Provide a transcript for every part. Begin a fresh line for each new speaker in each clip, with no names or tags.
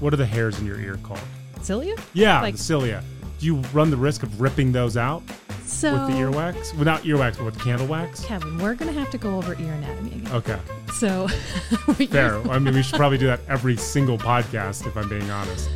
What are the hairs in your ear called?
Cilia?
Yeah,
Like-
the cilia. Do you run the risk of ripping those out
So,
with the earwax? Well, not earwax, but with candle wax?
Kevin, we're going to have to go over ear anatomy again.
Okay,
So,
Oh. fair. I mean, we should probably do that every single podcast, if I'm being honest.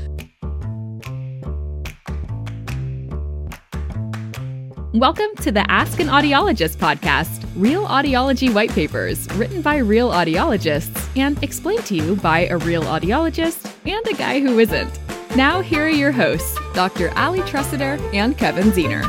Welcome to the Ask an Audiologist podcast, real audiology white papers written by real audiologists and explained to you by a real audiologist and a guy who isn't. Now, here are your hosts, Dr. Ali Tressiter and Kevin Zener.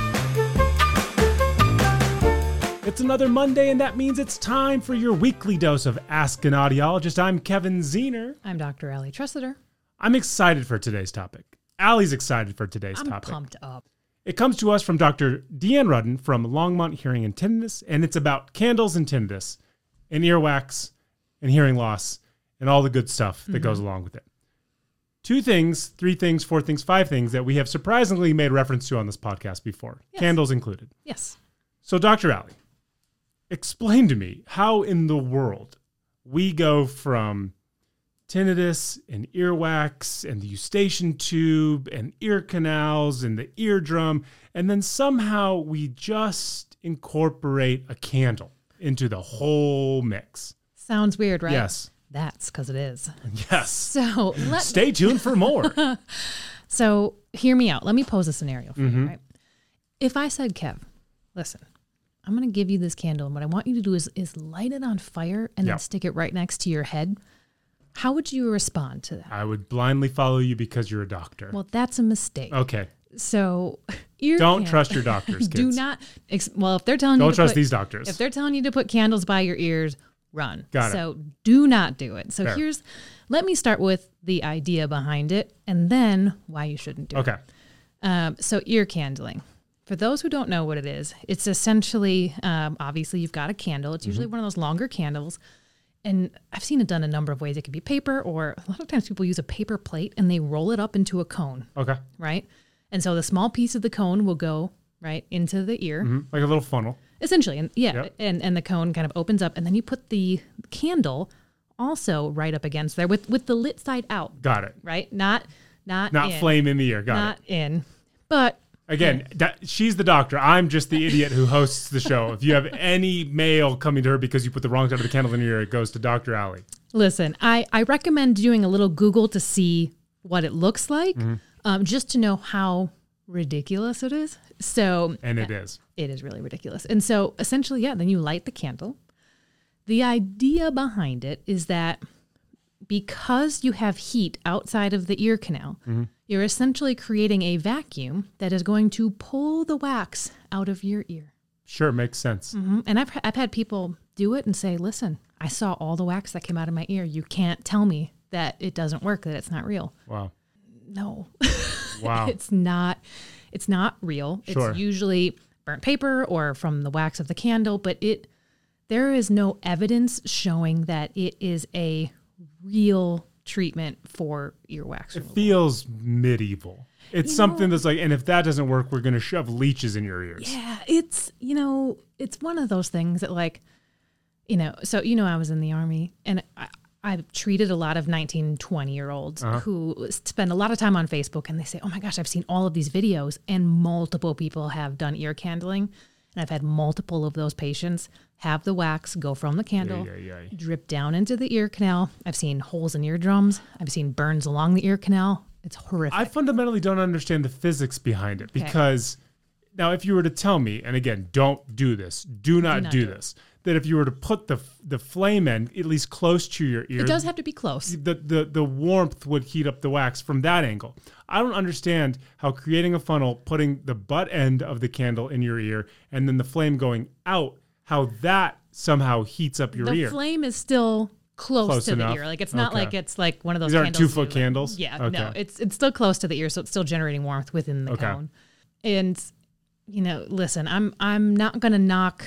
It's another Monday, and that means it's time for your weekly dose of Ask an Audiologist. I'm Kevin Zener.
I'm Dr. Allie Tressiter.
I'm excited for today's topic. Allie's excited for today's
I'm
topic.
pumped up.
It comes to us from Dr. Deanne Rudden from Longmont Hearing and Tinnitus, and it's about candles and tinnitus, and earwax, and hearing loss, and all the good stuff that goes along with it. Two things, three things, four things, five things that we have surprisingly made reference to on this podcast before,
Yes.
candles included.
Yes.
So, Dr. Alley, explain to me how in the world we go from tinnitus and earwax and the eustachian tube and ear canals and the eardrum, and then somehow we just incorporate a candle into the whole mix.
Sounds weird, right?
Yes.
That's because it is.
Yes.
So, let,
Stay tuned for more.
so hear me out. Let me pose a scenario for
Mm-hmm.
you, right? If I said, Kev, listen, I'm going to give you this candle, and what I want you to do is, is light it on fire and
Yeah.
then stick it right next to your head, how would you respond to that?
I would blindly follow you because you're a doctor.
Well, that's a mistake.
okay.
So, ear
Oh. Don't
can-
trust your doctors, kids.
Do not. Ex- well, if they're telling you
Don't
to
trust
put-
these doctors.
If they're telling you to put candles by your ears, run.
Got it.
so do not do it. So
Fair.
here's. Let me start with the idea behind it, and then why you shouldn't do it.
okay.
Um, so ear candling. For those who don't know what it is, it's essentially um, obviously you've got a candle. It's
Mm-hmm.
usually one of those longer candles, and I've seen it done a number of ways. It could be paper, or a lot of times people use a paper plate and they roll it up into a cone,
Okay.
right? And so the small piece of the cone will go right into the ear,
Mhm. Like a little funnel.
essentially, and yeah,
Yep.
and and the cone kind of opens up, and then you put the candle also right up against there with with the lit side out,
Got it.
right? Not not
Not
in,
flame in the ear. Got it.
not in, but
Again, that, she's the doctor. I'm just the idiot who hosts the show. If you have any mail coming to her because you put the wrong side of the candle in your ear, it goes to Dr. Alley.
Listen, I, I recommend doing a little Google to see what it looks like, um, just to know how ridiculous it is. So
And it is.
it is really ridiculous. And so essentially, yeah, then you light the candle. The idea behind it is that because you have heat outside of the ear canal, you're essentially creating a vacuum that is going to pull the wax out of your ear.
Sure, makes sense.
Mhm. And I've, I've had people do it and say, listen, I saw all the wax that came out of my ear. You can't tell me that it doesn't work, that it's not real.
Wow.
No,
Wow.
Mm-hmm. it's not. It's not real.
Sure.
It's usually burnt paper or from the wax of the candle, but it there is no evidence showing that it is a real treatment for earwax.
It
removal.
feels medieval. It's something that's like, and if that doesn't work, we're going to shove leeches in your ears.
Yeah, it's you know, it's one of those things that like, you know, so you know, I was in the army and I, I've treated a lot of 19, 20 year olds
Uh-huh.
who spend a lot of time on Facebook and they say, oh my gosh, I've seen all of these videos and multiple people have done ear candling. And I've had multiple of those patients have the wax go from the candle,
yeah, yeah.
drip down into the ear canal. I've seen holes in eardrums. I've seen burns along the ear canal. It's horrific.
I fundamentally don't understand the physics behind it because now, if you were to tell me, and again, don't do this, do not do,
not do it.
this, that if you were to put the the flame end at least close to your ear,
it does have to be close.
the, the the warmth would heat up the wax from that angle. I don't understand how creating a funnel, putting the butt end of the candle in your ear, and then the flame going out, how that somehow heats up your
the
ear.
flame is still close,
Close
to
enough.
the ear. Like it's not
Okay.
like it's like one of those.
These aren't
candles
two-foot
you, like-
candles?
Yeah,
Okay.
no, it's it's still close to the ear, so it's still generating warmth within the
Okay.
cone. And you know, listen, I'm I'm not gonna knock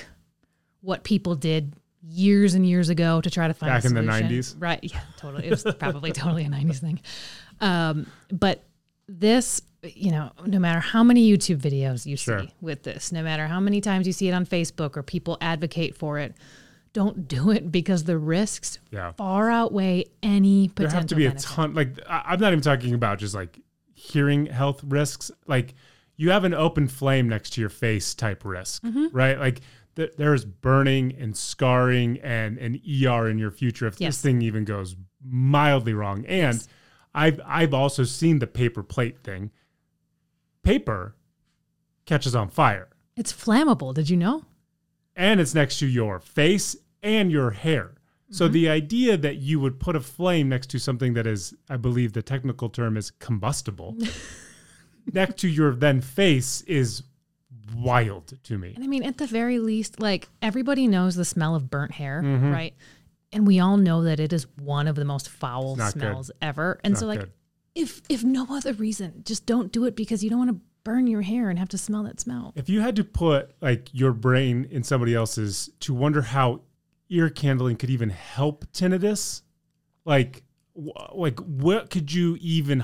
what people did years and years ago to try to find a
Back in the
solution.
90s?
right? Yeah, totally. It was probably totally a '90s thing. Um, but this, you know, no matter how many YouTube videos you
Sure.
see with this, no matter how many times you see it on Facebook or people advocate for it, don't do it because the risks
Yeah.
far outweigh any potential.
There have to be a
benefit.
ton. Like I, I'm not even talking about just like hearing health risks. Like you have an open flame next to your face type risk,
Mm-hmm.
right? Like th- there's burning and scarring and an ER in your future if this
Yes.
thing even goes mildly wrong. And I've I've also seen the paper plate thing. Paper catches on fire,
It's flammable. Did you know?
and it's next to your face and your hair. So
Mm-hmm.
the idea that you would put a flame next to something that is, I believe the technical term is combustible, next to your then face is wild to me.
And I mean, at the very least, like everybody knows the smell of burnt hair,
Mm-hmm.
right? And we all know that it is one of the most foul
not good.
smells ever. And so,
not
like,
good.
if if no other reason, just don't do it because you don't want to burn your hair and have to smell that smell.
If you had to put like your brain in somebody else's to wonder how ear candling could even help tinnitus, like wh- like what could you even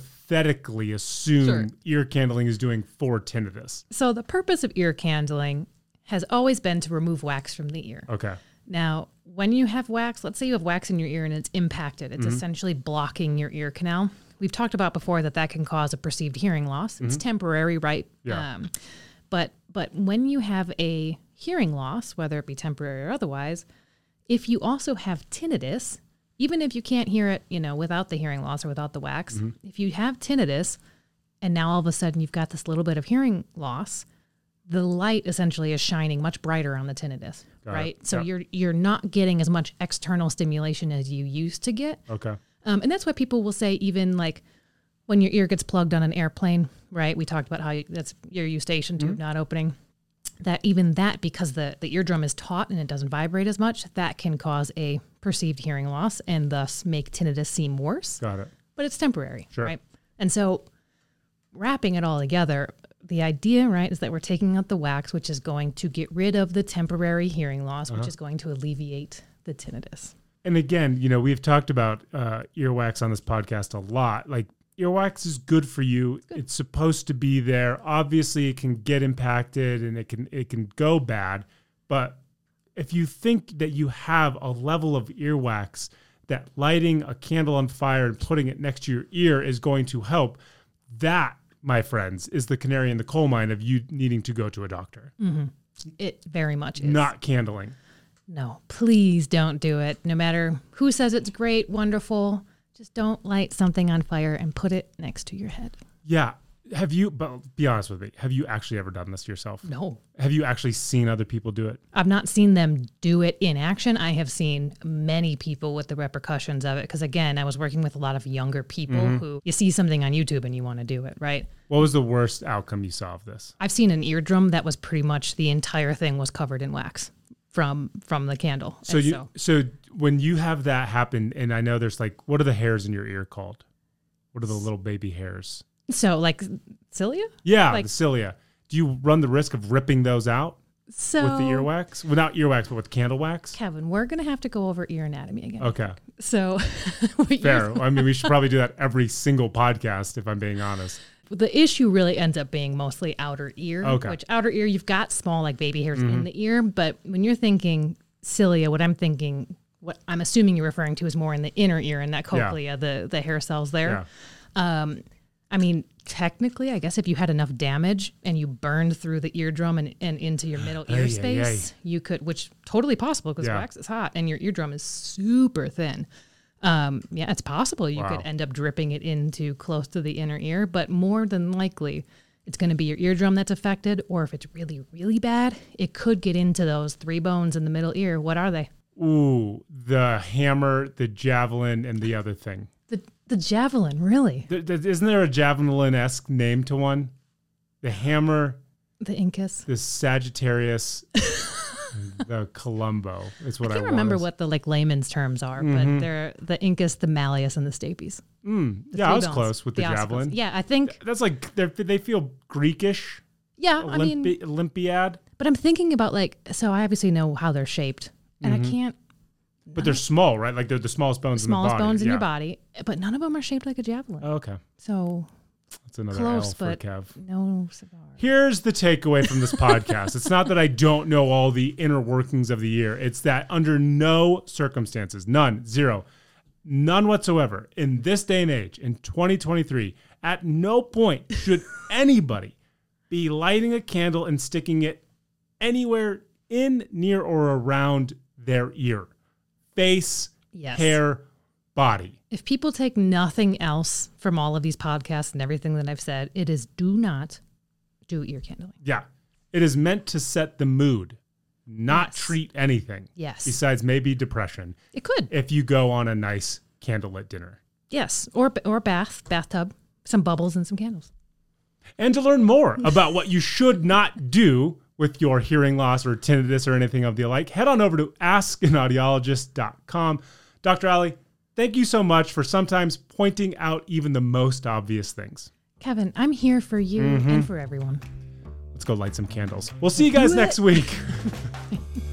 hypothetically assume
Sure.
ear candling is doing for tinnitus?
So the purpose of ear candling has always been to remove wax from the ear.
Okay.
Now, when you have wax, let's say you have wax in your ear and it's impacted, it's essentially blocking your ear canal. We've talked about before that that can cause a perceived hearing loss. It's temporary, right?
Yeah.
Um, but but when you have a hearing loss, whether it be temporary or otherwise, if you also have tinnitus, even if you can't hear it, you know, without the hearing loss or without the wax,
Mm-hmm.
if you have tinnitus, and now all of a sudden you've got this little bit of hearing loss, the light essentially is shining much brighter on the tinnitus,
Got it.
right? So
Yeah.
you're you're not getting as much external stimulation as you used to get,
Okay.
um, and that's why people will say even like when your ear gets plugged on an airplane, right? We talked about how you, that's your eustachian
Mm-hmm.
tube not opening. That even that because the the eardrum is taut and it doesn't vibrate as much, that can cause a perceived hearing loss and thus make tinnitus seem worse
Got it.
but it's temporary,
Sure.
right? And so wrapping it all together, the idea, right, is that we're taking out the wax, which is going to get rid of the temporary hearing loss,
Uh-huh.
which is going to alleviate the tinnitus.
And again, you know, we've talked about uh, earwax on this podcast a lot. Like, earwax is good for you. It's, supposed to be there. Obviously, it can get impacted and it can it can go bad. But if you think that you have a level of earwax that lighting a candle on fire and putting it next to your ear is going to help, that, my friends, is the canary in the coal mine of you needing to go to a doctor.
It very much is.
Not candling.
No, please don't do it. No matter who says it's great, wonderful, just don't light something on fire and put it next to your head.
Yeah. Have you, but be honest with me, have you actually ever done this yourself?
No.
Have you actually seen other people do it?
I've not seen them do it in action. I have seen many people with the repercussions of it. Because again, I was working with a lot of younger people
Mm-hmm.
who you see something on YouTube and you want to do it, right?
What was the worst outcome you saw of this?
I've seen an eardrum that was pretty much the entire thing was covered in wax from from the candle.
So
And
you so, when you have that happen, and I know there's like what are the hairs in your ear called? What are the little baby hairs?
so like cilia.
Yeah,
Like-
the cilia. Do you run the risk of ripping those out
So
with the earwax? Well, not earwax, but with candle wax?
Kevin, we're gonna have to go over ear anatomy again.
Okay,
So what you-
fair. I mean, we should probably do that every single podcast if I'm being honest.
the issue really ends up being mostly outer ear.
Okay. Mm-hmm.
Which outer ear, you've got small like baby hairs in the ear, but when you're thinking cilia, what I'm thinking, what I'm assuming you're referring to is more in the inner ear and that cochlea, the the hair cells there. Um,
Yeah.
I mean, technically, I guess if you had enough damage and you burned through the eardrum and, and into your middle
Ay,
ear
ay,
space, you could, which totally possible because
Yeah.
wax is hot and your eardrum is super thin. Um, yeah, it's possible you
Wow.
could end up dripping it into close to the inner ear, but more than likely, it's going to be your eardrum that's affected. Or if it's really, really bad, it could get into those three bones in the middle ear. What are they?
Ooh, the hammer, the javelin, and the other thing.
The the javelin, really?
There, there, isn't there a javelin esque name to one? The hammer,
The incus.
the Sagittarius, and the Columbo. Is what I, Mm-hmm.
I can't
want
remember
us-
what the like layman's terms are, but they're the incus, the malleus, and the stapes. The
yeah, I
three
was
bones.
close with the,
ossicles.
javelin.
Yeah, I think.
That's like they're, they feel Greekish.
Yeah, I
Olympi-
mean,
Olympiad,
but I'm thinking about like, so I obviously know how they're shaped, and I can't
but they're small, right? Like they're Mm-hmm. the smallest bones
smallest
in the body.
bones in
yeah.
your body, but none of them are shaped like a javelin.
Oh, okay.
So
That's another L
Close,
for
but
Kev.
no cigar.
Here's the takeaway from this podcast. It's not that I don't know all the inner workings of the year. It's that under no circumstances, none, zero, none whatsoever, in this day and age, in 2023, at no point should anybody be lighting a candle and sticking it anywhere in, near, or around their ear, face,
Yes.
hair, body.
If people take nothing else from all of these podcasts and everything that I've said, it is do not do ear candling.
Yeah. It is meant to set the mood, not
Yes.
treat anything.
Yes.
Besides maybe depression.
It could.
If you go on a nice candlelit dinner.
Yes. Or or bath, bathtub, some bubbles and some candles.
And to learn more about what you should not do with your hearing loss or tinnitus or anything of the like, head on over to askanaudiologist.com. Dr. Ali, thank you so much for sometimes pointing out even the most obvious things.
Kevin, I'm here for you
Mm-hmm.
and for everyone.
Let's go light some candles. We'll see you guys
Do it.
next week.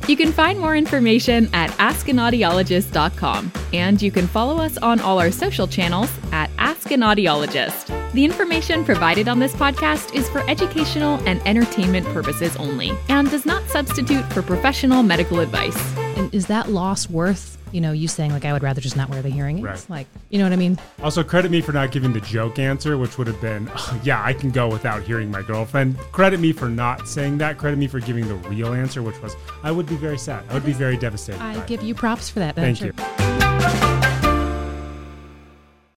You can find more information at askanaudiologist.com, and you can follow us on all our social channels at Ask an Audiologist. The information provided on this podcast is for educational and entertainment purposes only, and does not substitute for professional medical advice.
And is that loss worth, you know, you saying like I would rather just not wear the hearing aids?
Right.
Like, you know what I mean?
Also, credit me for not giving the joke answer, which would have been, "Oh, yeah, I can go without hearing my girlfriend. Credit me for not saying that. Credit me for giving the real answer, which was, I would be very sad. I would be very devastated.
I
by it."
give you props for that.
Thank
Sure.
you.